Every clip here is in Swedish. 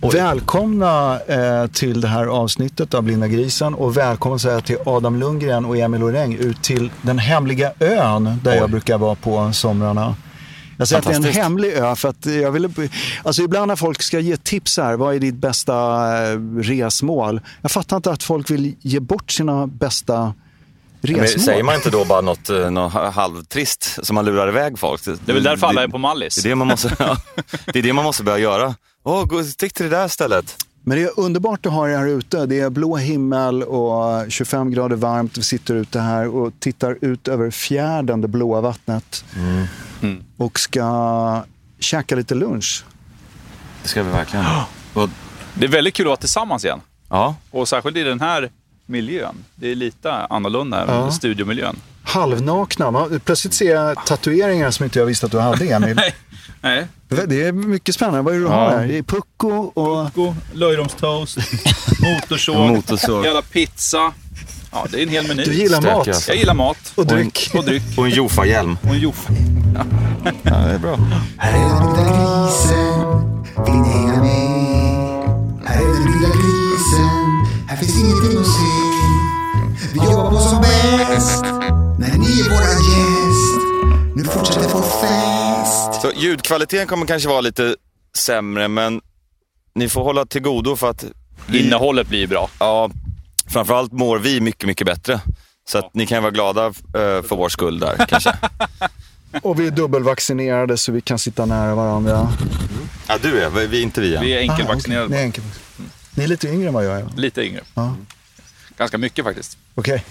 Oj. Välkomna eh, till det här avsnittet av Blinda grisen och välkomna säga till Adam Lundgren och Emil Oräng ut till den hemliga ön där Oj. jag brukar vara på somrarna. Jag säger att det är en Fantastiskt. hemlig ö för att jag ville... Alltså ibland när folk ska ge tips här, vad är ditt bästa eh, resmål? Jag fattar inte att folk vill ge bort sina bästa Men resmål. säger man inte då bara något, eh, något halvtrist som man lurar iväg folk? Det är väl därför alla är på Mallis. Det är det man måste, ja, det är det man måste börja göra. Åh, gå, stick till det där stället. Men det är underbart att ha er här ute. Det är blå himmel och 25 grader varmt. Vi sitter ute här och tittar ut över fjärden, det blåa vattnet. Och ska käka lite lunch. Det ska vi verkligen. Och, Det är väldigt kul att vara tillsammans igen. ja, Och särskilt i den här miljön. Det är lite annorlunda än studiomiljön. Halvnakna. Man, plötsligt ser jag tatueringar som inte jag visste att du hade, Emil. Nej. det är mycket spännande. Vad är det du har här? Det är pucko och... Taco, löjromstoast, motorsåg, Motorsåg. jävla pizza. Ja, det är en hel meny. Du gillar Stök, mat. alltså. Jag gillar mat. Och dryck. Och dryck. och en Jofa-hjälm. Och en joff. det är bra. Här är den lilla grisen, vill ni hänga med? Här är den lilla grisen, här finns ingenting att se. Vi jobbar på som bäst, när ni är våran gäst. Nu fortsätter vår fest. Så ljudkvaliteten kommer kanske vara lite sämre, men ni får hålla till godo för att vi, Innehållet blir ju bra. ja, framförallt mår vi mycket, mycket bättre. Så att ni kan vara glada eh, för vår skull där kanske. Och vi är dubbelvaccinerade så vi kan sitta nära varandra. ja, du är. Vi är inte vi än. Vi Ah, är okej. Ni, enkelvaccinerade. är enkel... Ni är lite yngre än vad jag är. Lite yngre. Ja. Ganska mycket faktiskt. Okej.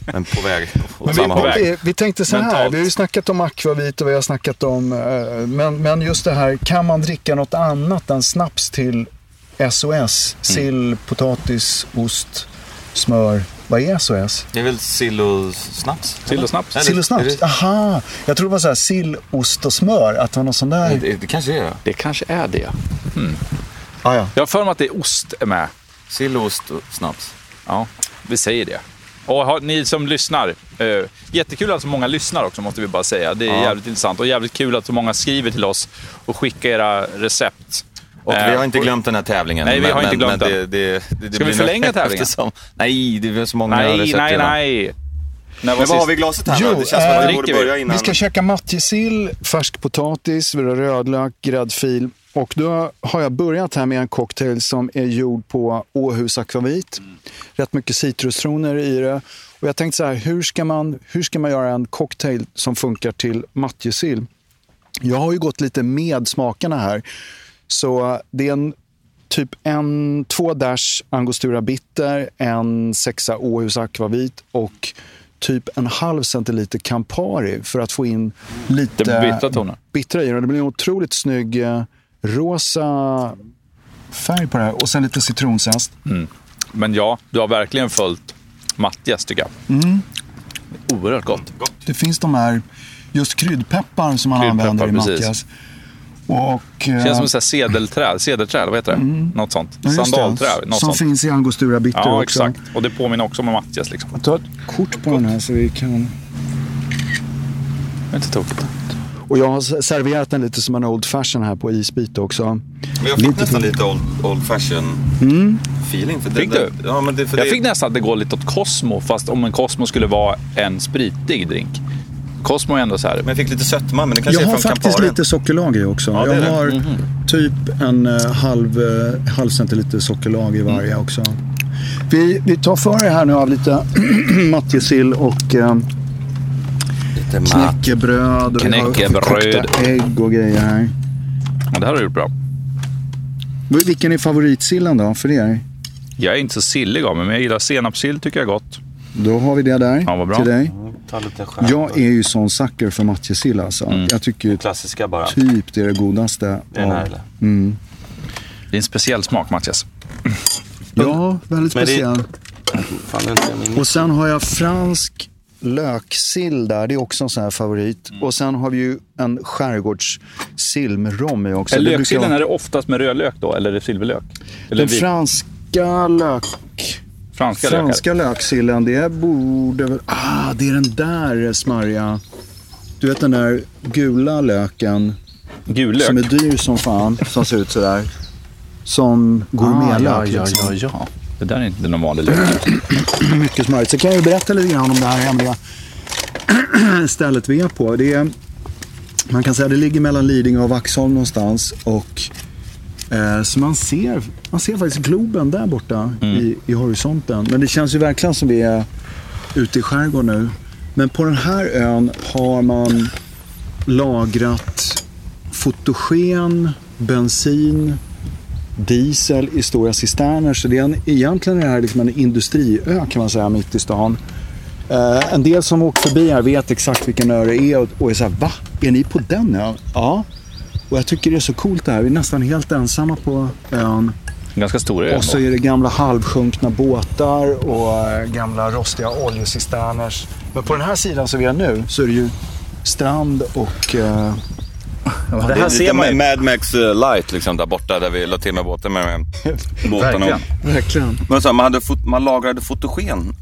Men på väg åt Men vi, samma håll. vi, vi tänkte så här, Mentalt. vi har ju snackat om akvavit och vi har snackat om, eh, men, men just det här, kan man dricka något annat än snaps till SOS? Mm. Sill, potatis, ost, smör. Vad är SOS? Det är väl sill och snaps? Sill och snaps. Eller- Sill och är snaps? det- Aha! Jag tror det var så här, sill, ost och smör, att det var något sånt där. Det, det kanske är det. Det kanske är det. Ah, ja. Jag har för mig att det är ost är med. Sill, ost och snaps. Ja, vi säger det. Och har, ni som lyssnar, eh, jättekul att så många lyssnar också måste vi bara säga. Det är jävligt intressant och jävligt kul att så många skriver till oss och skickar era recept. Och Eh, vi har inte glömt den här tävlingen. Nej, vi har inte glömt men den. det, det, det, det Ska vi blir förlänga nog- tävlingen? eftersom- Nej, det är så många Nej, recept nej, redan. nej. När var Men vad har sist? vi i glaset här Jo, då? Det känns som att vi eh, borde dricker vi. börja innan. Vi ska käka matjessill, färsk potatis, vi har rödlök, gräddfil. Och då har jag börjat här med en cocktail som är gjord på Åhus akvavit. Mm. Rätt mycket citrustroner i det. Och jag tänkte så här, hur ska man, hur ska man göra en cocktail som funkar till matjessill? Jag har ju gått lite med smakerna här. Så det är en typ en, två dash Angostura Bitter, en sexa Åhus Akvavit och typ en halv centiliter Campari för att få in Det lite bytta toner. bittra i den. Det blir en otroligt snygg eh, rosa färg på det här och sen lite citronzest. Men ja, du har verkligen följt Mattias tycker jag. Mm. Oerhört gott. Det finns de här just kryddpeppar som man Kryddpeppar, använder i precis. Mattias. Och, eh, Känns som ett sedelträd, sedelträd, vad heter det? Mm. Något sånt. ja, just det, Sandalträd, något Som sånt. finns i Angostura Bitter Ja, också. exakt. Och det påminner också om Mattias liksom. Ta ett kort på den här så vi kan... Det är inte tokigt. Och jag har s- serverat den lite som en old fashion här på isbit också. Men jag fick nästan lite old, old fashion feeling. För det- Mm. Fick du? det- Ja, men det, för Jag det, fick nästan att det går lite åt Cosmo, fast om en Cosmo skulle vara en spritig drink. Cosmo är ändå så här, men jag fick lite sötma, men det Jag kanske är har från faktiskt Campari. lite sockerlager också. Ja, det är jag det. har typ en eh, halv, eh, halv centiliter sockerlager i varje också. Vi, vi tar för er här nu av lite matjessill och eh, Lite mat. knäckebröd. Och vi har Knäckebröd. kokta ägg och grejer här. ja, det här har du gjort bra. Vil- Vilken är favoritsillen då för er? Jag är inte så sillig av mig, men jag gillar senapssill, tycker jag är gott. Då har vi det där Ja, vad bra. till dig. Ta lite skärp. Jag är ju sån sucker för matjessill alltså. Jag tycker ju Klassiska bara. typ det är det godaste. Det är den av- här, eller? Det är en speciell smak, Mattias. Ja, väldigt Men det- speciell. Fan, jag inte min- Och sen har jag fransk löksill där. Det är också en sån här favorit. Mm. Och sen har vi ju en skärgårdssill med rom i också. Är Det brukar löksillen, jag- är det oftast med rödlök då, eller är det silverlök? Eller Den vit, franska lök... franska, lökar? Franska löksillen, det borde väl... Ah, det är den där smarriga... Du vet den där gula löken Gul som är lök? dyr som fan, som ser ut sådär. som gourmetlök. Ah, ja, ja, liksom. ja, ja. Det där är inte någon vanlig lök. Mycket smörigt. Så kan jag ju berätta lite grann om det här hemliga stället vi är på. Det är, man kan säga att det ligger mellan Lidingö och Vaxholm någonstans. Och, eh, så man ser, man ser faktiskt Globen där borta i, i horisonten. Men det känns ju verkligen som vi är ute i skärgården nu. Men på den här ön har man lagrat fotogen, bensin, diesel i stora cisterner. Så det är en, egentligen är det här liksom en industriö kan man säga mitt i stan. Eh, en del som åkt förbi här vet exakt vilken ö det är och, och är så här, va? Är ni på den ön? Ja. Och jag tycker det är så coolt det här. Vi är nästan helt ensamma på ön. Ganska stor ö. Och så är det gamla halvsjunkna båtar och eh, gamla rostiga oljecisterners. Men på den här sidan som vi är nu så är det ju strand och... eh, Det här ser man Mad Max eh, light liksom där borta där vi la till med båten med, med båtarna. Verkligen. Verkligen. Men så, här, man, hade fot- man lagrade fotogen.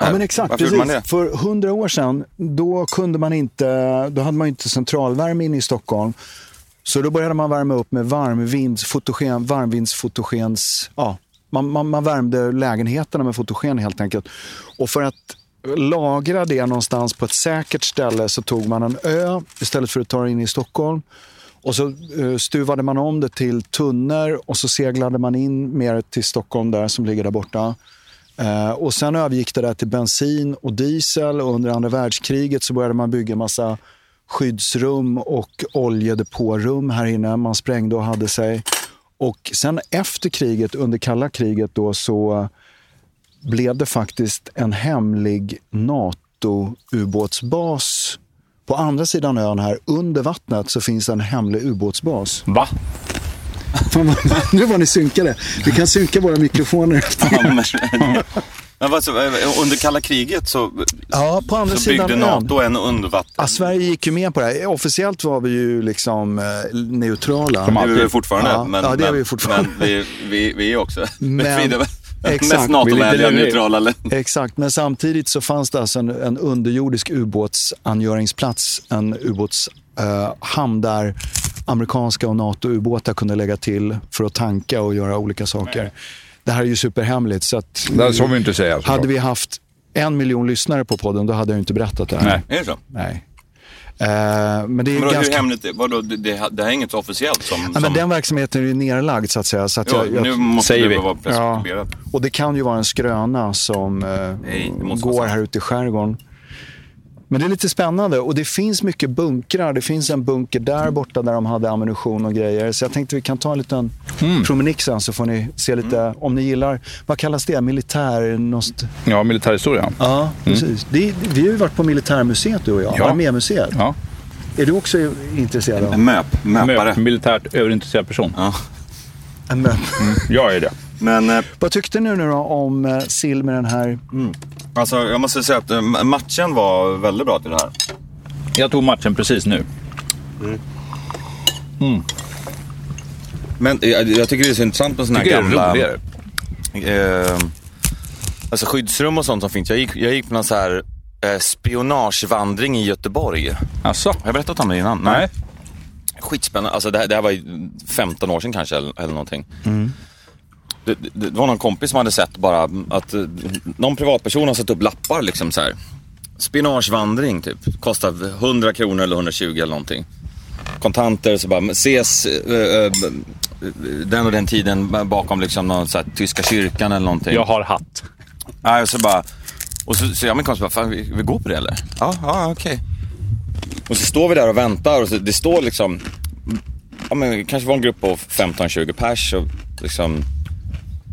Ja, men exakt. Varför gjorde Precis. man det? För hundra år sedan, då, kunde man inte, då hade man ju inte centralvärme inne i Stockholm. Så då började man värma upp med varmvindsfotogen, varmvindsfotogens... Ja, man, man, man värmde lägenheterna med fotogen helt enkelt. Och för att lagra det någonstans på ett säkert ställe så tog man en ö istället för att ta det in i Stockholm. Och så eh, stuvade man om det till tunnor och så seglade man in mer till Stockholm där som ligger där borta. Eh, och Sen övergick det där till bensin och diesel och under andra världskriget så började man bygga massa skyddsrum och oljedepårum här inne. Man sprängde och hade sig. Och sen efter kriget, under kalla kriget, då, så blev det faktiskt en hemlig NATO-ubåtsbas. På andra sidan ön här, under vattnet, så finns en hemlig ubåtsbas. Va? Fan, vad- nu var ni synkade. Vi kan synka våra mikrofoner efter. Ja, men- Men vad så, eh, under kalla kriget så, Ja, på andra så byggde sidan ön. Alltså, NATO en undervatten. Ja, Sverige gick ju med på det här. Officiellt var vi ju liksom eh, neutrala. det är vi väl alltid. fortfarande. Ja, men, ja, det är vi men- fortfarande. Men vi, vi, vi är också Men- men, exakt. mest NATO-vänliga Vi lever i- neutrala länder. Exakt, men samtidigt så fanns det alltså en, en underjordisk ubåtsangöringsplats, en ubåtshamn där amerikanska och NATO-ubåtar kunde lägga till för att tanka och göra olika saker. Det här är ju superhemligt, så att Det här ska vi inte säga. såklart. hade vi haft en miljon lyssnare på podden, då hade jag ju inte berättat det här. Nej. Är det så? Nej. Eh, men det är Men då, ganska... hur hemligt, är- vadå, det, det, det här är inget officiellt som... Ja, men som den verksamheten är ju nerlagd, så att säga. Så att ja, jag, jag, nu måste Säger det vi. vara Ja. preskriberat. Och det kan ju vara en skröna som eh, det måste vara går sant. här ute i skärgården. Men det är lite spännande och det finns mycket bunkrar. Det finns en bunker där borta där de hade ammunition och grejer. Så jag tänkte vi kan ta en liten Mm. promenix sen så får ni se lite, om ni gillar, vad kallas det? Militär... Nost... Ja, militärhistoria. Mm. Ja, precis. Det, vi har ju varit på Militärmuseet du och jag, Ja. Armémuseet. Ja. Är du också intresserad av? En möp, möpare. Mö- Militärt överintresserad person. Ja. Mm. Jag är det. Men eh, Vad tyckte ni nu då om eh, sill med den här? alltså, jag måste säga att eh, matchen var väldigt bra till det här. Jag tog matchen precis nu. Men eh, jag, jag tycker det är så intressant med sådana här Tycker jag är gamla... roligare. eh, alltså skyddsrum och sånt som finns. Jag gick, jag gick på någon så här eh, spionagevandring i Göteborg. Har Alltså. jag berättat om det innan? Nej. Skitspännande. Alltså det, här, det här var ju 15 år sedan kanske eller, eller någonting. Det, det, det var någon kompis som hade sett bara att eh, någon privatperson har satt upp lappar liksom så här. Spinagevandring typ. Kostar 100 kronor eller 120 eller någonting. Kontanter så bara ses eh, eh, den och den tiden bakom liksom någon så här, tyska kyrkan eller någonting. Jag har hatt. Nej, och så bara... Och så, så jag och min kompis bara, fan vi, vi går på det eller? Ja, ja okej. Och så står vi där och väntar och så, det står liksom... Ja men det kanske var en grupp på 15-20 pers och liksom...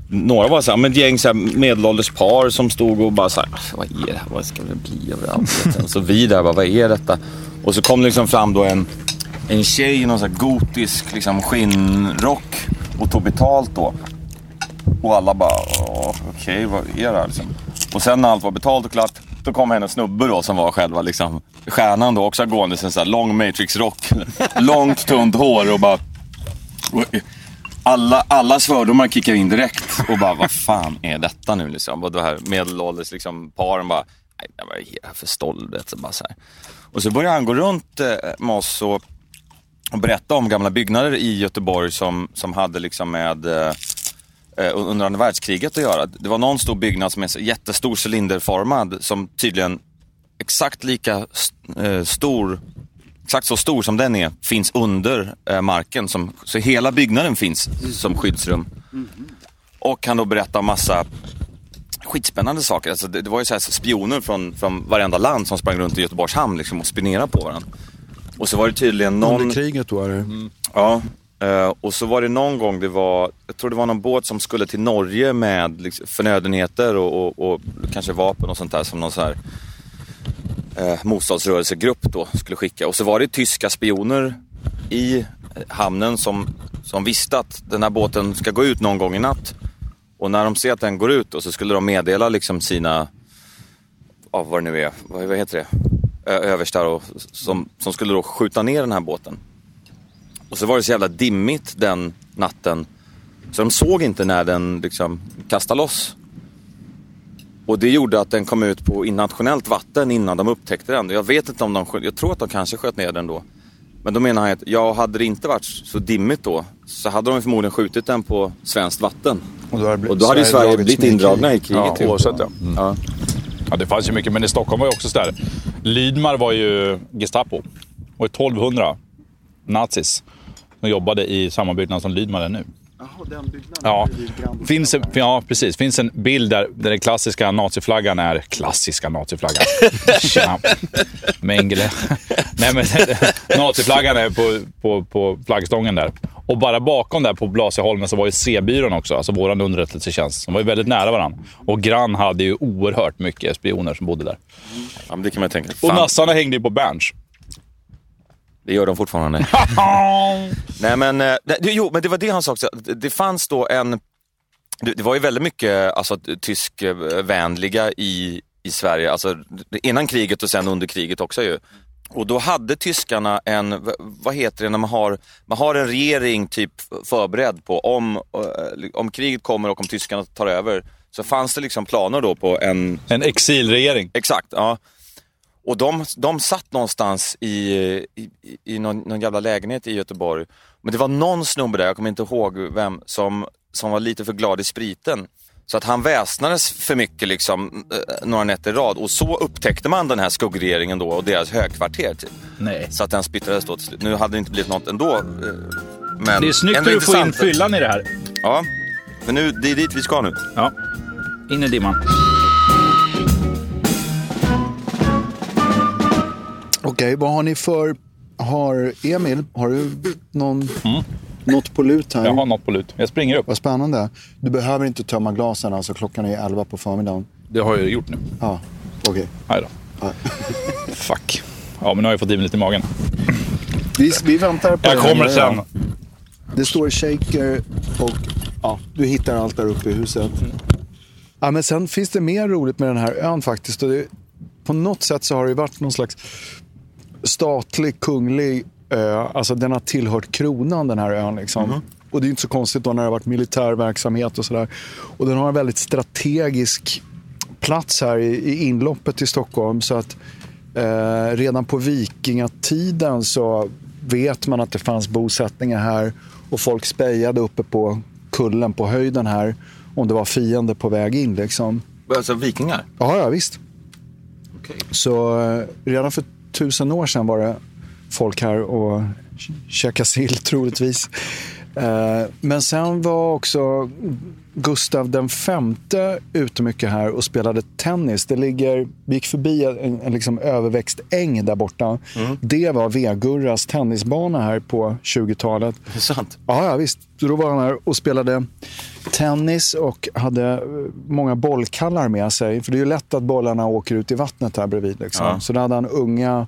Några var så här, men ett gäng så här medelålders par som stod och bara så här, "Alltså, vad är det här? Vad ska det bli av det här? Vet jag. Så vi där bara, vad är detta? Och så kom det liksom fram då en, en tjej i någon så här gotisk liksom skinnrock och tog betalt då. Och alla bara, "Åh, okej vad är det här liksom? Och sen när allt var betalt och klart, då kom hennes snubbe då som var själva liksom, stjärnan då också gående i en sån här lång matrixrock. Långt tunt hår och bara... Alla, alla svördomar kickar in direkt och bara, vad fan är detta nu liksom? Och det här medelålders liksom, paren bara, nej men vad är det här för stoll? du vet, Så bara så här. Och så började han gå runt eh, med oss och och berättade om gamla byggnader i Göteborg som, som hade liksom med eh, eh, under andra världskriget att göra. Det var någon stor byggnad som är så jättestor cylinderformad som tydligen exakt lika st- eh, stor, exakt så stor som den är, finns under eh, marken. Som, så hela byggnaden finns som skyddsrum. Och han då berättar massa skitspännande saker. Alltså det, det var ju så här spioner från, från varenda land som sprang runt i Göteborgs hamn liksom och spionerade på varandra. Och så var det tydligen någon... Under kriget då är det. Ja, eh, och så var det någon gång det var, jag tror det var någon båt som skulle till Norge med liksom, förnödenheter och, och, och kanske vapen och sånt där som någon så här eh, motståndsrörelsegrupp då skulle skicka. Och så var det tyska spioner i eh, hamnen som, som visste att den här båten ska gå ut någon gång i natt. Och när de ser att den går ut och så skulle de meddela liksom sina, ja vad det nu är, vad, vad heter det, Ö- överstar och, som, som skulle då skjuta ner den här båten. Och så var det så jävla dimmigt den natten. Så de såg inte när den liksom kastade loss. Och det gjorde att den kom ut på internationellt vatten innan de upptäckte den. Jag vet inte om de sköt, jag tror att de kanske sköt ner den då. Men då menar han att, ja hade det inte varit så dimmigt då så hade de förmodligen skjutit den på svenskt vatten. Och då hade, Och då hade ju Sverige blivit indragna i kriget. Mm. Ja, ju. oavsett ja. Ja. ja. Det fanns ju mycket, men i Stockholm var ju också sådär. Lydmar var ju Gestapo. Och 1200 nazis som jobbade i samma byggnad som Lydmar är nu. Jaha, den byggnaden. Ja, finns en, ja precis. finns en bild där, där den klassiska naziflaggan är... Klassiska naziflaggan. Tjena. Mengele. Nej, men naziflaggan är på, på, på flaggstången där. Och bara bakom där på Blasieholmen så var ju C-byrån också, alltså vår underrättelsetjänst. De var ju väldigt nära varandra. Och Grann hade ju oerhört mycket spioner som bodde där. ja, men det kan man ju tänka. Och Fan, nassarna hängde ju på Berns. det gör de fortfarande. Nej men, eh, nej, det- jo, men det var det han sa också. Det det fanns då en, det det var ju väldigt mycket alltså, tyskvänliga i, i Sverige, alltså innan kriget och sen under kriget också ju. Och då hade tyskarna en, v- vad heter det när man har, man har en regering typ förberedd på om, eh, om kriget kommer och om tyskarna tar över. Så fanns det liksom planer då på en En exilregering. Exakt, ja. Och de, de satt någonstans i, i, i någon, någon jävla lägenhet i Göteborg. Men det var någon snubbe där, jag kommer inte ihåg vem, som, som var lite för glad i spriten. Så att han väsnades för mycket liksom, eh, några nätter i rad. Och så upptäckte man den här skuggregeringen då och deras högkvarter. Typ. Nej. Så att den splittrades då till slut. Nu hade det inte blivit något ändå. eh, Men Det är snyggt ändå hur du får in intressant. fyllan i det här. Ja, men nu, det är dit vi ska nu. Ja. In i dimman. Okej, vad har ni för... Har Emil, har du någon, något på lut här? Jag har något på lut. Jag springer upp. Vad spännande. Du behöver inte tömma glasen, alltså klockan är 11 på förmiddagen. Det har jag gjort nu. Ja, okej. Nej då. Fuck. Ja, men nu har jag fått i mig lite i magen. Vi, vi väntar på Jag den. kommer sen. Det står shaker och ja, du hittar allt där uppe i huset. Ja, men sen finns det mer roligt med den här ön faktiskt. Och det, på något sätt så har det varit någon slags statlig, kunglig ö. Alltså den har tillhört kronan den här ön. Liksom. Och det är inte så konstigt då när det har varit militär verksamhet och sådär. Och den har en väldigt strategisk plats här i, i inloppet till Stockholm. Så att eh, redan på vikingatiden så vet man att det fanns bosättningar här. Och folk spejade uppe på kullen på höjden här. Om det var fiender på väg in liksom. Alltså vikingar. Ja, ja visst. Så eh, redan för tusen år sedan var det folk här och k- käkade sill troligtvis. Eh, Men sen var också Gustav den femte ute mycket här och spelade tennis. Det ligger, vi gick förbi en, en liksom överväxt äng där borta. Det var Vegurras tennisbana här på 20-talet. Det är sant. Ja, ja visst. Så Då var han här och spelade tennis och hade eh, många bollkallar med sig. För det är ju lätt att bollarna åker ut i vattnet här bredvid. Liksom. Så där hade han unga,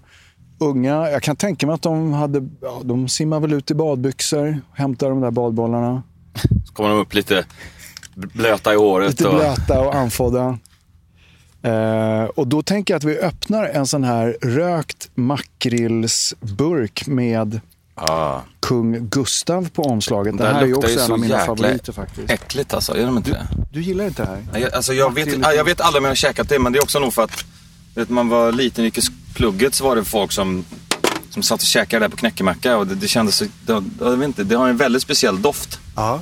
unga... Jag kan tänka mig att de hade... Ja, de simmar väl ut i badbyxor, hämtar de där badbollarna. Så kommer de upp lite blöta i håret. Lite och... blöta och andfådda. Eh, och då tänker jag att vi öppnar en sån här rökt makrillsburk med Ah. kung Gustav på omslaget. Det Den här är ju luktar också ju en så av mina jäkla favoriter faktiskt. Äckligt alltså, är de inte det? Du gillar inte det här? Nej, jag- Alltså, jag, vet, ah, jag vet aldrig om jag har käkat det, men det är också nog för att vet, man var liten och gick i plugget så var det folk som de satt och käkade där på knäckemacka och det, det kändes så, det, jag vet inte, det har en väldigt speciell doft. Ja.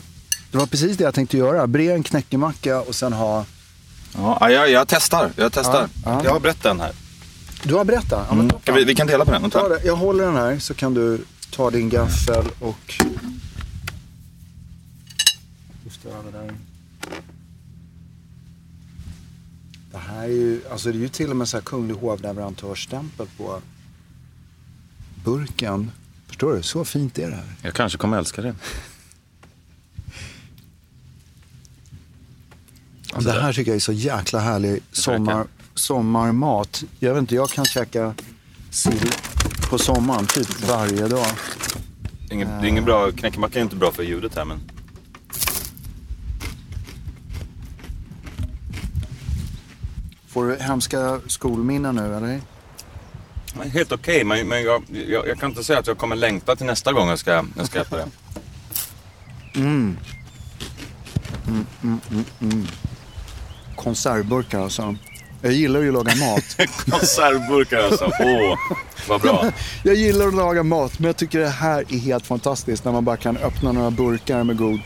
Det var precis det jag tänkte göra. Bre en knäckemacka och sen ha... Ja, Ah, ja, jag, jag testar, jag testar. Ja, ja. Jag har brett den här. Du har berättat? Ja, men ta- Mm. Kan vi, vi kan dela på den. ta Ta. det. Jag håller den här så kan du ta din gaffel och... Lyfta över där. Det här är ju, alltså det är ju till och med så här kunglig hovleverantörsstämpel på burken. Förstår du? Så fint är det här. Jag kanske kommer älska den. det här tycker jag är så jäkla härlig sommar, sommarmat. Jag vet inte, jag kan käka sill på sommaren typ varje dag. Inget, det är ingen bra, knäckemacka är inte bra för ljudet här men. Får du hemska skolminnen nu eller? Men Helt okej, men, men jag, jag, jag kan inte säga att jag kommer längta till nästa gång jag ska, jag ska äta det. Konservburkar alltså. Jag gillar ju att laga mat. Konservburkar alltså, åh, vad bra. jag gillar att laga mat, men jag tycker det här är helt fantastiskt. När man bara kan öppna några burkar med god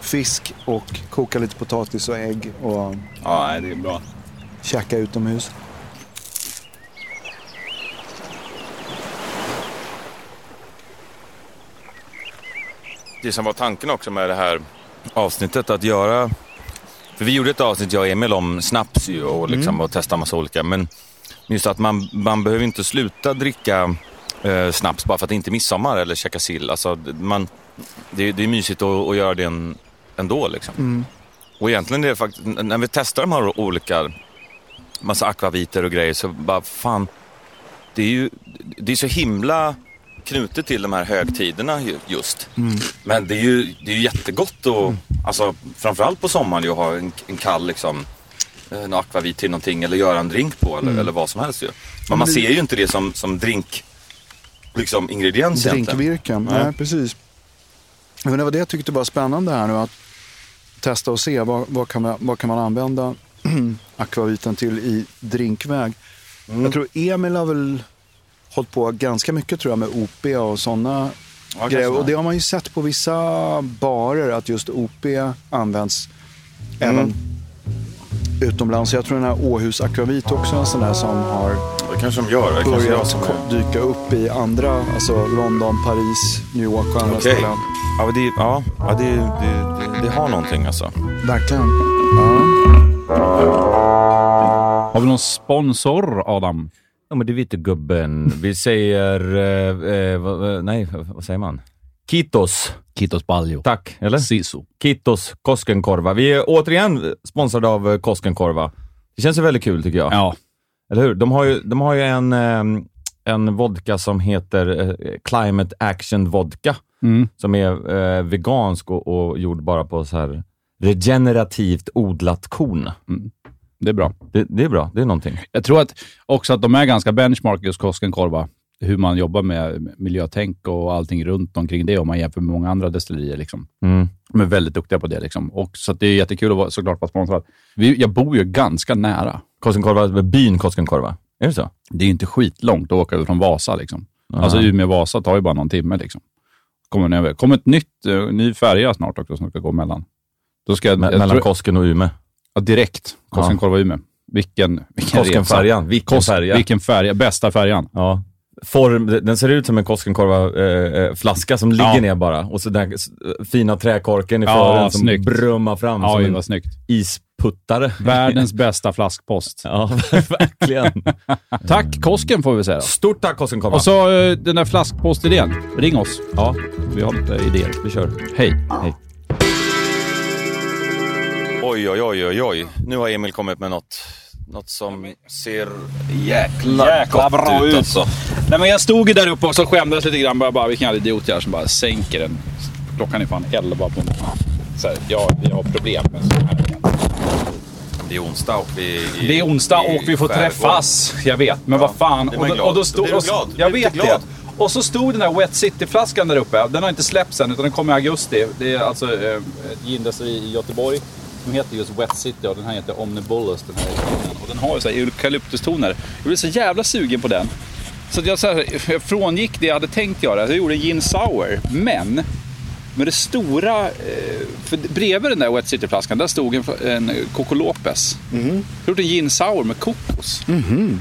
fisk och koka lite potatis och ägg och Ja, nej, det är bra. käka utomhus. det som var tanken också med det här avsnittet att göra. För vi gjorde ett avsnitt, jag och Emil, om snaps ju och, liksom, och testa massa olika. Men just att man, man behöver inte sluta dricka eh, snaps bara för att det inte är midsommar eller käka sill. Alltså, det- man, det, det är mysigt att, att göra det en, ändå. Liksom. Och egentligen är det faktiskt, n- när vi testar de här olika, massa akvaviter och grejer, så bara fan, det är ju det är så himla knutet till de här högtiderna ju- just. Men det är ju, det är ju jättegott och alltså, framförallt på sommaren ju att ha en, en kall liksom, en akvavit till någonting eller göra en drink på eller, eller vad som helst ju. Mm. Men man ser ju inte det som, som drink, liksom ingrediens egentligen. Drinkvirken, Nej. nej precis. Men det var det jag tyckte var spännande här nu. Att testa och se vad, vad, kan, man, vad kan man använda akvaviten till i drinkväg. Mm. Jag tror Emil har väl hållit på ganska mycket tror jag med OP och sådana kanske grejer. det. Och det har man ju sett på vissa barer att just OP används Mm. även utomlands. Jag tror den här Åhus akvavit också är en sån där som har Det kanske de gör. Det kanske jag börjat som är... ko- alltså dyka upp i andra, alltså London, Paris, New York och andra Okej. ställen. Ja, men det, ja, ja det, det, det, det har någonting alltså. Verkligen. Har vi någon sponsor, Adam? Ja, men du vet gubben. Vi säger... nej, vad säger man? Kitos. Kitos Baljo. Tack, eller? Sisu. Kittos Koskenkorva. Vi är återigen sponsrade av eh, Koskenkorva. Det känns ju väldigt kul tycker jag. Ja. Eller hur? De har ju, de har ju en, ehm, en vodka som heter eh, Climate Action Vodka. Mm. Som är eh, vegansk och, och gjord bara på så här regenerativt odlat korn. Det är bra. Det, det är bra. Det är någonting. Jag tror att också att de är ganska benchmark just Koskenkorva. Hur man jobbar med miljötänk och allting runt omkring det om man jämför med många andra destillerier. Liksom. Mm. De är väldigt duktiga på det. Liksom. Och, så att det är jättekul att vara, såklart vara sponsrad. Vi, jag bor ju ganska nära. Koskenkorva, byn Koskenkorva. Är det så? Det är ju inte skitlångt att åka över från Vasa. Liksom. Alltså Umeå-Vasa tar ju bara någon timme. Liksom. Kommer ni över. kommer ett nytt, eh, ny färja snart också som ska gå mellan. Då ska jag, Me- jag mellan tror- Kosken och Umeå. ja, direkt. Koskenkorva-Umeå. Vilken, vilken resa. Koskenfärjan. Vilken Kos, färja. Vilken färja. Bästa färjan. Ja. Form, den ser ut som en Koskenkorva-flaska som ligger Ja. ner bara. Och så den här s- fina träkorken i Ja, fören som snyggt. brummar fram Oj, som en Alltså, vad snyggt. isputtare. Världens bästa flaskpost. ja, verkligen. Tack Kosken får vi säga då. Stort tack Koskenkorva. Och så eh, den där flaskpostidén. Ring oss. Ja, Vi har lite idéer. vi kör. Hej. Hej. Oj, oj, oj, oj, oj. Nu har Emil kommit med något. Något som ser jäkla, Jäkla gott bra ut ut. alltså. Nej, men jag stod ju där uppe och så skämdes lite grann. Bara, bara, vilken jävla idiot jag är som bara sänker den. Klockan är fan 11 på morgonen. Så här, ja, vi har problem med sådana här. Det är onsdag och vi... i- Det är onsdag i och vi får skärgården. träffas. Jag vet, men vad fan. blir Och man då, glad. och då Då stod, blir du och, glad. Då jag blir du vet det. glad. Och så stod den där Wet City-flaskan där uppe. Den har inte släppts än, utan den kommer i augusti. Det är alltså eh, ett gindeseri i Göteborg. Den heter just Wet City och den här heter Omnibulus. Den här är- och den har ju så här eukalyptustoner. Jag blev så jävla sugen på den. Så att jag, så här, jag frångick det jag hade tänkt göra. Jag gjorde en gin sour. Men med det stora... eh, För bredvid den där Wet City-flaskan, där stod en, en Coco Lopez. Jag har gjort en gin sour med kokos.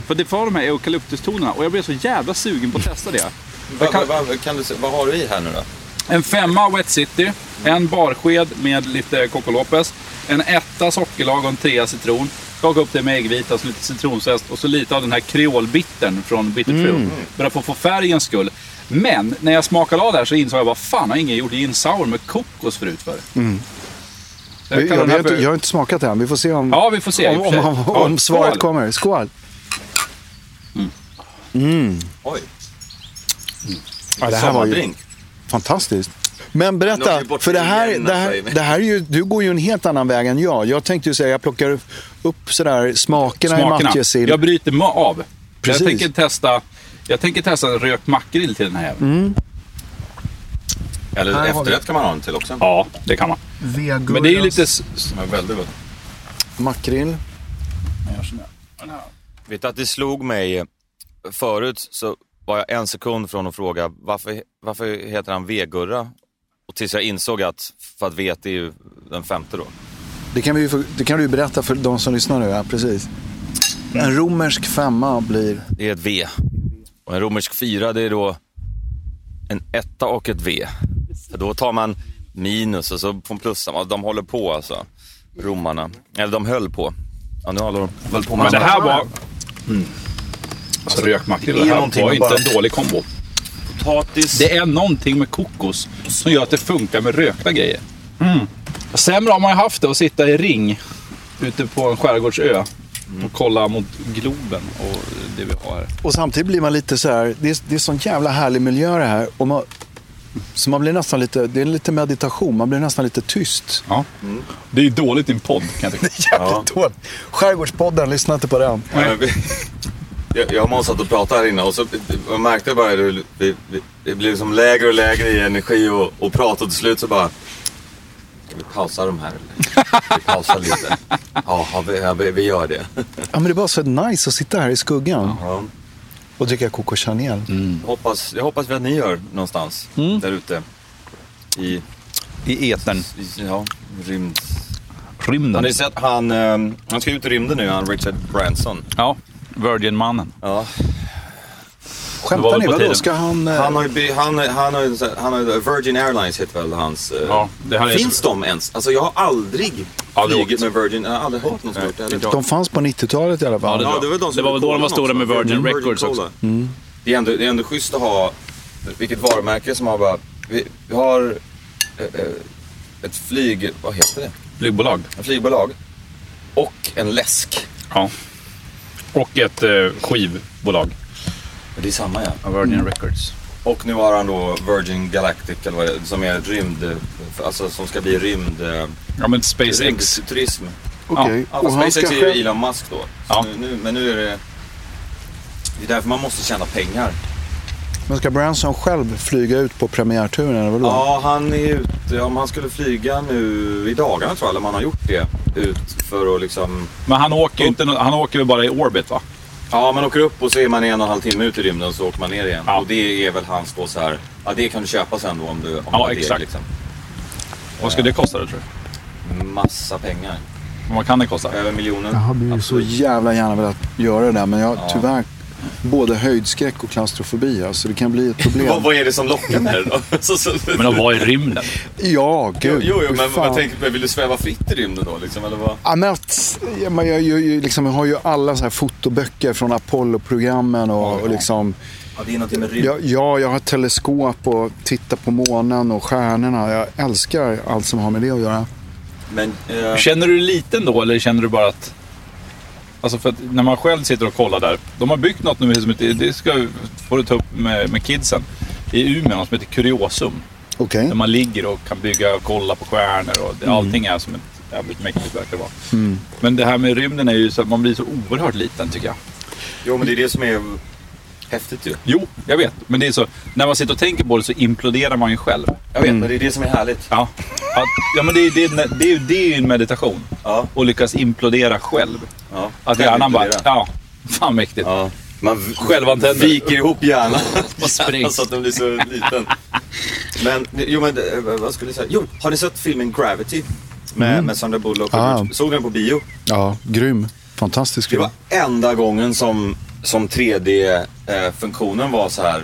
För det var de här eukalyptustonerna och jag blev så jävla sugen på att testa det. Vad kan... kan du, se- vad har du i här nu då? En femma Wet City, en barsked med lite Coco Lopez, en etta sockerlag och en trea citron. Skaka upp det med äggvita och så lite citronzest och så lite av den här kreolbittern från Bitterfruit. Mm. Bara för att få färgens skull. Men när jag smakade av det här så insåg jag vad fan har ingen gjort gin sour med kokos förut för? Jag Jag, kallar Mm. jag, den här vet, för- jag har inte smakat det än. Vi får se om, Ja, vi får se. i om, och för om, sig. om, Ja, om svaret skål. kommer. Skål! Ja, det här var ju- Sommardrink. Fantastiskt. Men berätta, Låter ju för det här, bortglömda det här, för mig. det här är ju, du går ju en helt annan väg än jag. Jag tänkte ju säga, jag plockar upp- upp sådär smakerna, i smakerna. matjessill. Jag bryter ma- av. Precis. Jag tänker testa, jag tänker testa en rökt makrill till den här Mm. jäveln. Eller Här har efterrätt kan man ha den till också. Ja, det kan man. Vegurras. Men det är ju lite... s- Den är väldigt god. Makrill. Vet du att det slog mig eh, förut så var jag en sekund från att fråga varför, varför heter han V-Gurra? Och tills jag insåg att, för att vete är ju den femte då. Det kan, vi, ju få- det kan du ju berätta för de som lyssnar nu. Ja, precis. En romersk femma blir... Det är ett V. Och en romersk fyra det är då en etta och ett V. För då tar man minus och så på en plus. De håller på alltså, romarna. Eller de höll på. Ja, nu håller de väl på med Men det andra. här var... Mm. Alltså rökmakrill, det är här någonting var med inte bara- en dålig kombo. Potatis. Det är någonting med kokos som gör att det funkar med rökta grejer. Mm. Sämre har man ju haft det att sitta i ring ute på en skärgårdsö och kolla mot Globen och det vi har. Och samtidigt blir man lite så här... Det är, det är sån jävla härlig miljö det här. Och man, så man blir nästan lite... Det är lite meditation. Man blir nästan lite tyst. Ja. Mm. Det är ju dåligt i en podd kan jag tycka. Jävligt dåligt. Skärgårdspodden, lyssna inte på den. Ja, vi- Jag, jag och Måns satt och pratade här inne och så jag märkte jag bara att det, vi, vi, det blev liksom lägre och lägre i energi och, och prat och till slut så bara... Ska vi pausa de här eller? Vi pausar lite. Ja, ja, vi, ja, vi, vi gör det. Ja, men det är bara så nice att sitta här i skuggan Ja. Mm. och dricka Coco Chanel. Jag hoppas, jag hoppas att ni gör någonstans där ute. I, I etern. i ja, rymd... Har Rymden. ni sett han... eh, Han ska ut i rymden nu, han Richard Branson. Ja, Virgin-mannen. Ja, Det var Skämtar väl ni? på Vadå? tiden. Ska han... eh, Han har ju, by- han, han har ju, en sån här- han har ju, Virgin Airlines heter väl hans... eh, Ja, det här är- finns de ens? Alltså jag har aldrig Aldrig flugit åkt. med Virgin, jag har aldrig hört någon som gjort det. heller. De fanns på 90-talet i alla fall. Ja, det- väl de som Det var väl då de var stora med Virgin Records Cola. också. Mm. Det, är ändå, det är ändå schysst att ha, vilket varumärke som har bara, vi, vi har eh, eh, ett flyg, vad heter det? Flygbolag. Ett flygbolag och en läsk. Ja. Och ett eh, skivbolag. Det är samma ja. Virgin Records. Och nu har han då Virgin Galactic eller vad det är, som är ett rymd, eh, alltså som ska bli rymd, eh, Ja, men SpaceX. rymdturism. Okej. Ja, Och fast han ska SpaceX är ju själv- Elon Musk då. Så Ja. Nu, nu, men nu är det... Det är därför man måste tjäna pengar. Men ska Branson själv flyga ut på premiärturen eller vadå? Ja, han är ute. Om han skulle flyga nu i dagarna tror jag, eller om han har gjort det. Ut för att liksom... Men han åker ju inte, nå- han åker väl bara i orbit va? Ja, man åker upp och så är man en och en halv timme ute i rymden och så åker man ner igen. Ja. Och det är väl hans då så här... Ja, det kan du köpa sen då om du... Om Ja, du har det, exakt. Liksom. Vad skulle det kosta då tror Massa pengar. du? Vad kan det kosta? Över miljonen. Jag hade ju så Absolut. jävla gärna velat göra det där, men jag har Ja. tyvärr både höjdskräck och klaustrofobi. Så alltså, det kan bli ett problem. Vad, vad är det som lockar med det då? så, så, Men att vara i rymden. ja, jo, gud. jo, fy men fan. jag tänker, vill du sväva fritt i rymden då liksom? Eller vad? Ja, men att, ja, men jag, jag, jag, liksom, jag har ju alla så här fotoböcker från Apollo-programmen och, och liksom... Ja, det är någonting med rymden. Ja, ja, jag har teleskop och tittar på månen och stjärnorna. Jag älskar allt som har med det att göra. Men... eh, Känner du dig liten då eller känner du bara att... Alltså för att när man själv sitter och kollar där. De har byggt något nu som heter, det ska, får du ta upp med, med kidsen. I Umeå, något som heter Kuriosum. Okej. Där man ligger och kan bygga och kolla på stjärnor och det, allting är som ett jävligt mäktigt verkar det vara. Men det här med rymden är ju så att man blir så oerhört liten tycker jag. Jo, men det är det som är häftigt ju. Jo, jag vet. Men det är så, när man sitter och tänker på det så imploderar man ju själv. Jag vet, men Mm. det är det som är härligt. Ja, att, ja men det, är- det, är- det, är ju- det är ju en meditation. Ja. Och lyckas implodera själv. Ja. Att hjärnan bara, Implodera. ja, fan mäktigt. Ja. Man v- Självantänder. viker ihop hjärnan Och sprängs. så att den blir så liten. Men, jo men eh, vad skulle jag säga? Jo, har ni sett filmen Gravity? Med, med Sandra Bullock. och Ah. Brad Pitt? Såg den på bio? Ja, grym. Fantastisk Det film. var enda gången som, som 3D-funktionen var så här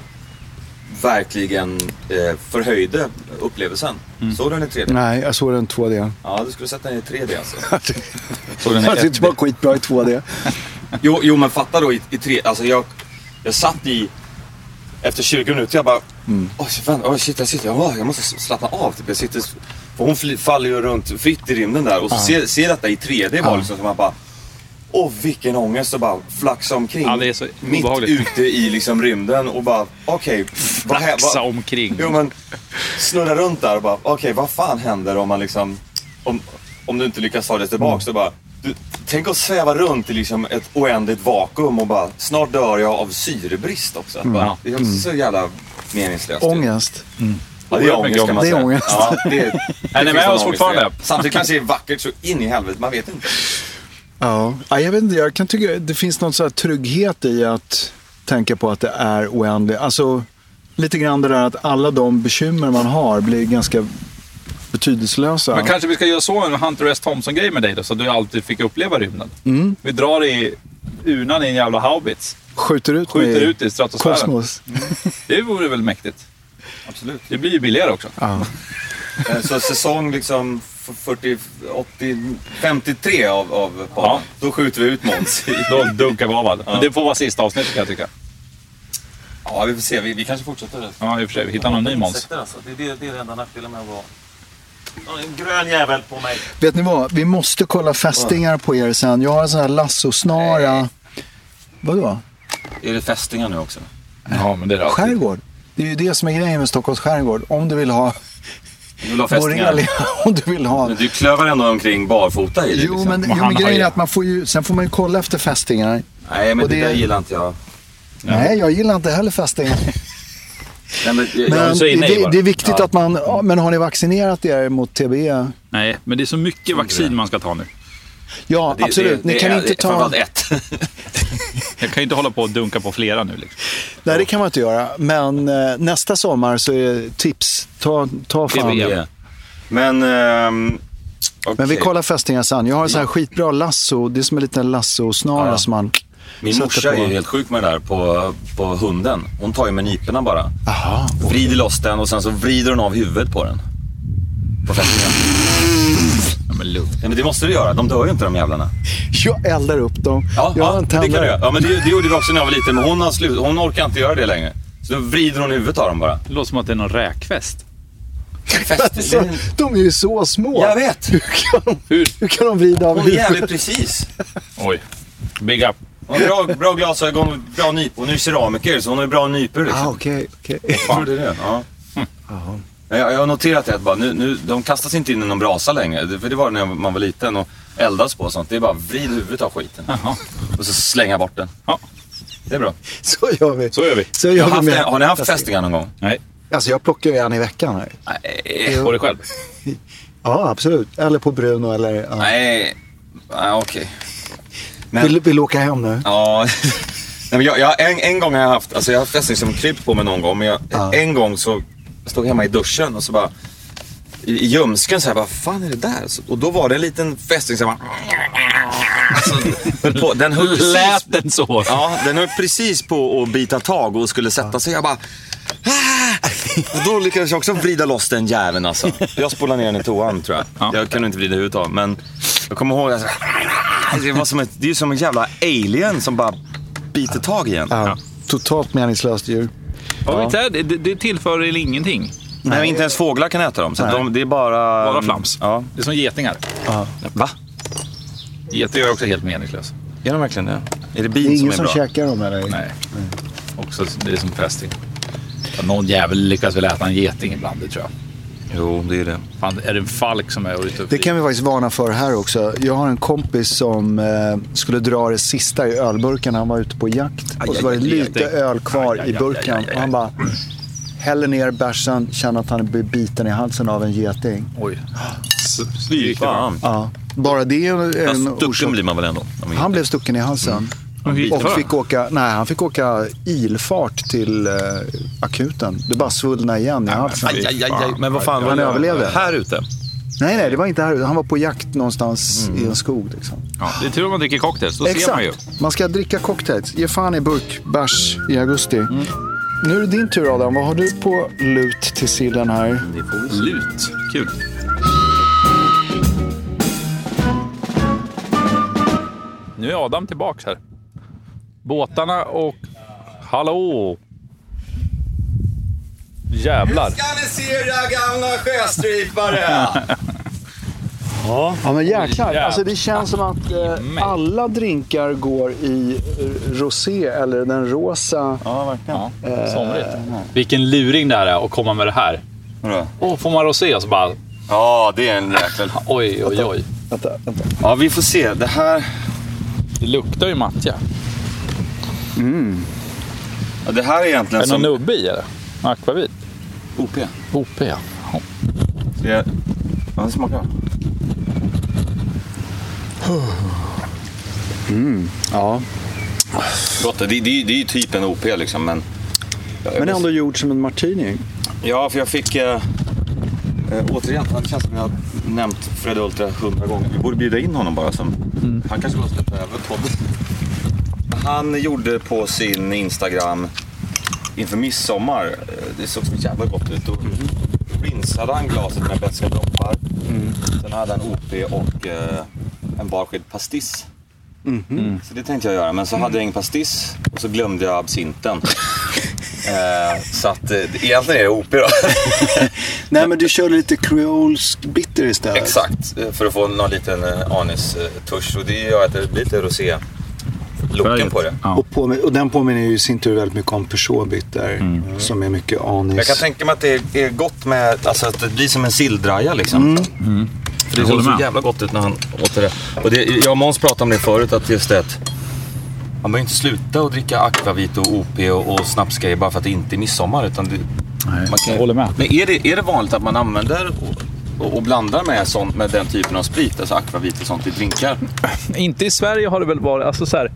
verkligen eh, förhöjde upplevelsen. Såg du den i 3D? Nej, jag såg den 2D. Ja, du skulle sett den i 3D alltså. Såg den i Jag tyckte det var skitbra i 2D. Jo, jo men fatta då i, i 3D. Alltså jag, jag satt i, efter 20 minuter, jag bara, oj fan, oj shit, jag sitter, jag, åh, jag måste slappna av. Typ. Jag sitter, för hon fly, faller ju runt fritt i rymden där och så ser, ser detta i 3D var liksom, så man bara, Åh vilken ångest och bara flaxa omkring. Ja, det är så mitt obehagligt. ute i liksom rymden och bara okej. vad hä- vad- Flaxa omkring. Jo men snurra runt där och bara okej vad fan händer om man liksom. Om, om du inte lyckas ta dig tillbaks så bara. Du, tänk att sväva runt i liksom ett oändligt vakuum och bara snart dör jag av syrebrist också. Bara, det är så jävla meningslöst. ju. Ångest. Ja, det är ångest kan man Det är säga. ångest. Ja, det är, Är ni med finns oss en ångest i fortfarande? det. Samtidigt kanske det är vackert så in i helvete, man vet inte. Ja. ja, jag vet inte. Jag kan tycka det finns någon så här trygghet i att tänka på att det är oändligt. Alltså, lite grann det där att alla de bekymmer man har blir ganska betydelselösa. Men kanske vi ska göra så en Hunter S. Thompson-grej med dig då, så att du alltid fick uppleva rymden. Mm. Vi drar i urnan i en jävla haubits. Skjuter ut mig Skjuter i ut i stratosfären. kosmos. Det vore väl mäktigt? Absolut. Det blir ju billigare också. Eh, Så säsong liksom f- 40, 80, 53 av, av podden. Ja. Då skjuter vi ut Måns. i- Då dunkar vi av allt. Men det får vara sista avsnittet kan jag tycka. Ja, vi får se. Vi, vi kanske fortsätter. det. Ja, i och för sig. Vi hittar någon ny Måns. Insekter alltså. Det är det, det är det enda nackdelen med att vara... Ja, En grön jävel på mig. Vet ni vad? Vi måste kolla fästingar på er sen. Jag har en sån här lassosnara. Vadå? Är det fästingar nu också? Ja, men det är alltid- Skärgård. Det är ju det som är grejen med Stockholms skärgård. Om du vill ha Du vill ha borealia, fästingar? om du vill ha... Men du klövar ändå omkring barfota i det, Jo, liksom. men, jo, han men har grejen ju- är att man får ju, sen får man ju kolla efter fästingar. Nej, men och det, det- där gillar inte jag. Nej, jag gillar inte heller fästingar. Nej, men, jag- alltså, Men säger nej det, bara. det är viktigt att man... Ja, men har ni vaccinerat er mot E? TB? Ja, Nej, men det är så mycket vaccin man ska ta nu. det- absolut. det- Ni det kan är- inte ta... Framförallt ett. Jag kan ju inte hålla på och dunka på flera nu. Liksom. Nej, det kan man inte göra. Men eh, nästa sommar så är tips. Ta, ta fan. Ja. Men... ehm, Men vi E. okej. kollar fästingar sen. Jag har en sån här skitbra lasso. Det är som en liten lassosnara Ja. som man... Min sätter morsa är på. ju helt sjuk med det där på, på hunden. Hon tar ju med nyporna bara. Aha. Vrider loss den och sen så vrider hon av huvudet på den. På fästingen. Ja, men lugn. Nej, men det måste du göra. De dör ju inte de jävlarna. Jag eldar upp dem. Ja, jag har ja en det kan du tändare. göra. Ja, men det, det gjorde vi också när jag var liten. Men hon, har slut, hon orkar inte göra det längre. Så då vrider hon huvudet av dem bara. Det låter som att det är någon räkfest. Alltså, de är ju så små. Jag vet. Hur kan, hur kan de vrida av Hon är huvudet? jävligt precis. Oj. Big up. Hon har bra, bra glasögon och bra nypor. Hon är ju keramiker så hon har ju bra nypor. Liksom. Ah, okej. okej. Fan. Det är det. Ja. Ja, Jag, jag har noterat det att bara, nu, nu, de kastas inte in i någon brasa längre. Det, för det var när man var liten och eldas på och sånt. Det är bara vrid huvudet av skiten. Jaha. Och så slänga bort den. Ja. Det är bra. Så gör vi. Så gör vi. Så gör Har, vi haft, med. har ni haft fästingar någon gång? Nej. Alltså, jag plockar ju en i veckan. Här. Nej. På dig själv. Ja, absolut. Eller på Bruno. Eller, ja. Nej, Nej, okej. men- Vill, vill du åka hem nu? Ja. Nej, men jag, jag, en, en gång har jag haft, alltså jag har haft fästing som krypt på mig någon gång. Men jag, Ja. en gång så jag stod jag hemma i duschen och så bara i, i ljumsken så här, vad fan är det där? Så, och då var det en liten fästing som bara... Alltså, den, på, den höll precis, Lät den så? ja, den höll precis på att bita tag och skulle sätta sig. Jag bara... "Ah!" Och då lyckades jag också vrida loss den jäveln alltså. Jag spolade ner den i toan tror jag. Ja. Jag kunde inte vrida huvudet av men jag kommer ihåg att det, var som ett, det är ju som en jävla alien som bara biter tag igen. Ja. Totalt meningslöst djur. Ja. visst är Det, det, det tillför er ingenting. Nej, inte ens fåglar kan äta dem. Så att de, det är bara... Bara flams. Um, Ja. Det är som getingar. Va? Getingar är också helt meningslösa. Är de verkligen det? Är det bin Det är ingen som är som bra? käkar dem eller? Nej. Också, det är som fästing. Ja, Någon jävel lyckas väl äta en geting ibland, det tror jag. Jo, det är det. Fan, är det en falk som är ute och Det kan vi faktiskt varna för här också. Jag har en kompis som eh, skulle dra det sista i ölburken. Han var ute på jakt och så var det aj, aj, lite aj, aj. öl kvar Aj, aj, i burken. aj, aj, aj. Och han bara häller ner bärsen, känner att han blir biten i halsen av en geting. Oj. Fan. Ja. Bara det är en Fast orsak. stucken blir man väl ändå? Han blev stucken i halsen. Och fick åka, nej, han fick åka ilfart till eh, akuten. Det bara svullnade igen. i halsen. Aj, aj, aj, aj. Men vad fan, Han vad- överlevde. Här ute. Nej, nej, det var inte här. Han var på jakt någonstans i en skog. Liksom. Ja, det är tur om man dricker cocktails. Då ser man ju. Exakt. Man ska dricka cocktails. Ge fan i burk bärs i augusti. Nu är det din tur Adam. Vad har du på lut till sillen här? Lut. Kul. Nu är Adam tillbaks här. Båtarna och... Hallå! Jävlar. Ska ni se era gamla sjöstrypare? Ja men jäklar. Jävlar. Alltså, det känns som att eh, alla drinkar går i eh, rosé eller den rosa. ja, verkligen. Ja, somrigt. Vilken luring det här är att komma med det här. Vadå? Åh, får man rosé? Och så bara... Ja, det är en jäkla... Oj, oj, oj. Vänta, vänta. Ja, vi får se. Det här, Det luktar ju mattja. ja, det här är Är egentligen det som... någon nubbe i det? Akvavit? OP. OP, ja. Ska jag... Ja, det smakar. Mm, Ja. Gott. Det, det, det är ju typ en OP liksom, men... Men ändå gjord som en martini. Ja, för jag fick... Eh, eh, återigen, det känns som jag har nämnt Fred Ultra hundra gånger. Vi borde bjuda in honom bara. Som, Han kanske bara ska ta över podden. Han gjorde på sin Instagram inför midsommar, eh, det såg så jävla gott ut. Då rinsade han glaset med beska droppar. Sen hade han OP och eh, en barsked pastis. Mhm. Mm. Så det tänkte jag göra, men så hade jag ingen pastis och så glömde jag absinten. Eh, så att eh, egentligen är det OP då. Nej men du kör lite creolsk bitter istället. Exakt, eh, för att få någon liten eh, anistörs. Och det gör att det blir lite rosé-looken på det. Och, påmin- och den påminner ju i sin tur väldigt mycket om Peugeot bitter. eh, Som är mycket anis. Jag kan tänka mig att det är- är gott med, alltså att det blir som en silldraja liksom. Mm. För det såg så jävla gott ut när han åt det. Och det, jag och Måns pratade om det förut, att just det att man behöver inte sluta att dricka akvavit och OP och, och snapsgrejer bara för att det inte är midsommar. Utan det, man kan, jag håller med. Men är det, är det vanligt att man använder och, och, och blandar med, sånt, med den typen av sprit, alltså akvavit och sånt i drinkar? Inte i Sverige har det väl varit. Alltså så här.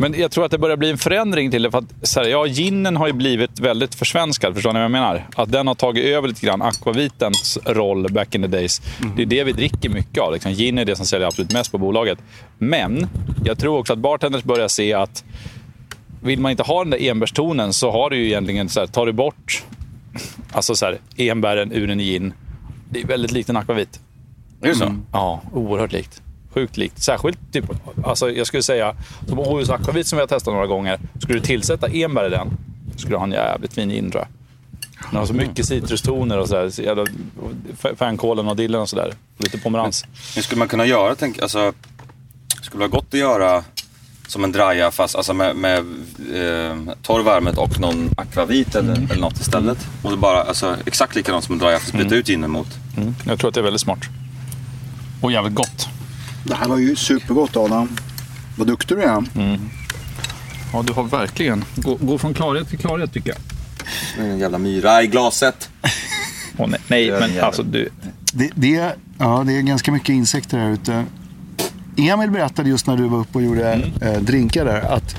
Men jag tror att det börjar bli en förändring till det. För att, så här, ja, ginen har ju blivit väldigt försvenskad. Förstår ni vad jag menar? Att den har tagit över lite grann akvavitens roll back in the days. Det är det vi dricker mycket av. Liksom. Gin är det som säljer absolut mest på bolaget. Men jag tror också att bartenders börjar se att vill man inte ha den där enbärstonen så har du ju egentligen, så här, tar du bort alltså så här, enbären ur en gin. Det är väldigt likt en akvavit. Är det så? Ja, Mm. oerhört likt. Sjukt likt. Särskilt, typ, alltså, jag skulle säga, som Åhus akvavit som vi har testat några gånger, skulle du tillsätta enbär i den, skulle du ha en jävligt fin gin tror jag. Den har så mycket citrustoner och sådär. Så jävla- f- Fänkålen och dillen och sådär. Och lite pomerans. Hur skulle man kunna göra? Tänk, alltså, skulle det vara gott att göra som en draja fast alltså med, med eh, torr värme och någon akvavit eller, eller något istället. Och det bara, alltså, exakt likadant som en draja fast byta ut ginen mot. Jag tror att det är väldigt smart. Och jävligt gott. Det här var ju supergott Adam. Vad duktig du är. Ja, du har verkligen... Gå, från klarhet till klarhet tycker jag. Det är En jävla myra i glaset. nej, nej, är en men jävla- alltså du... Det, det, ja, det är ganska mycket insekter här ute. Emil berättade just när du var uppe och gjorde eh, drinkar där att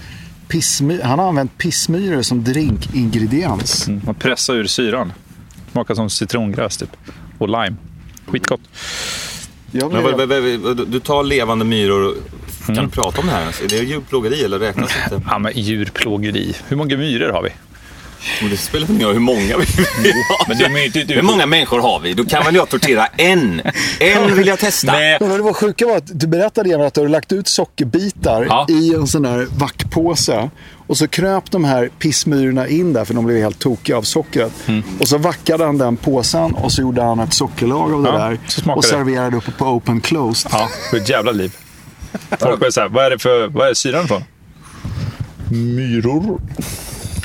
pissmy- han har använt pissmyror som drinkingrediens. Man pressar ur syran. Smakar som citrongräs typ. Och lime. Skitgott. Jag Men, blev- vad- vad- vad- du tar levande myror. och- Kan du prata om det här? ens? Är det djurplågeri eller räknas inte? Ja, men djurplågeri. Hur många myror har vi? Men Det spelar ingen roll hur många vi har. Men det är inte du. Hur många människor har vi? Då kan väl jag tortera en? En vill jag testa. Men vad det var sjuka var att du berättade Emil att du hade lagt ut sockerbitar Ja. i en sån där vackpåse. Och så kröp de här pissmyrorna in där för de blev helt tokiga av sockret. Mm. Och så vackade han den påsen och så gjorde han ett sockerlag av det Ja, så där. smakar Och det. serverade uppe på open closed. Ja, för ett jävla liv. Folk börjar säga, vad är det för, vad är syran från? Myror.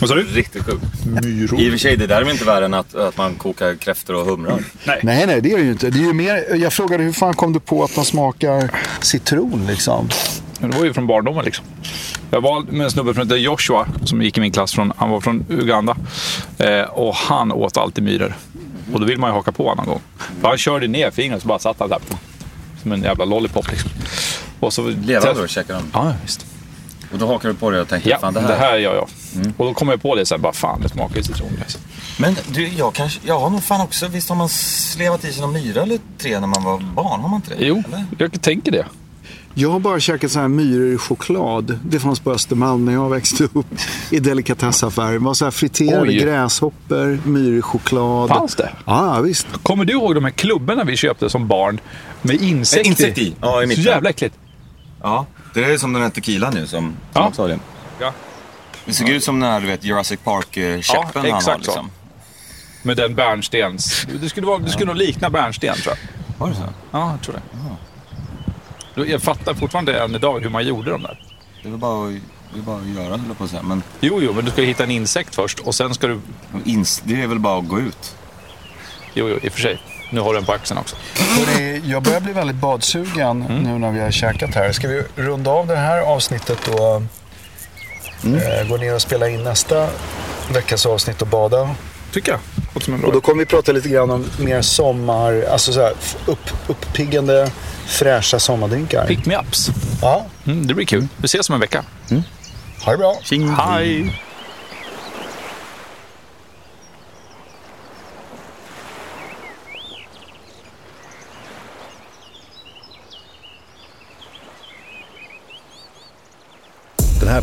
Vad sa du? Riktigt sjukt. Myror. I och för sig, det där är väl inte värre än att, att man kokar kräftor och humrar. Nej, nej, det är det ju inte. Det är ju mer, jag frågade hur fan kom du på att de smakar citron liksom? Men det var ju från barndomen liksom. Jag var med en snubbe som hette Joshua som gick i min klass. Från, han var från Uganda. Eh, och han åt alltid myror. Och då vill man ju haka på honom någon gång. För han körde ner fingret så bara satt han där. Som en jävla lollipop liksom. Och så Levande och käkar dem. Ja, visst. Och då hakar du på det och tänker, Ja, fan det det här. här, Mm. gör jag. Och då kommer jag på det sen, bara fan det smakar ju citrongräs. Men du, jag kanske, jag har nog fan också, visst har man slevat i sig någon myra eller tre när man var barn? Har man inte det? Jo, Eller? jag tänker det. Jag har bara käkat så här myror i choklad. Det fanns på Östermalm när jag växte upp. I delikatessaffärer. Det var så här friterade Oj. gräshoppor, myror i choklad. Fanns det? Ja, visst. Kommer du ihåg de här klubborna vi köpte som barn? Med insekt, Med insekt i? Ja, i Så mitten. jävla äckligt. Ja, det är som den här tequila nu som, som Ja. också har det. Ja. Det såg ut som den här du vet, Jurassic Park-käppen Ja, han har exakt så. liksom. Med den bärnstens... Det skulle, vara, det skulle nog likna bärnsten tror jag. Var det så? Ja, jag tror det. Då- Jag fattar fortfarande än idag hur man gjorde de där. Det var bara att, det var bara att göra höll jag på att säga. Men Jo, jo, men du ska hitta en insekt först och sen ska du... ins- det är väl bara att gå ut. Jo, jo, i och för sig. Nu har du den på axeln också. Hörrni, jag börjar bli väldigt badsugen nu när vi har käkat här. Ska vi runda av det här avsnittet och eh, gå ner och spela in nästa veckas avsnitt och bada? Tycker jag. Låter som en bra Och då kommer vi prata lite grann om mer sommar, alltså så här, f- upp, uppiggande, fräscha sommardrinkar. Pick me ups. Ja, Mm, det blir kul. Vi ses om en vecka. ha det bra. Hej! Den här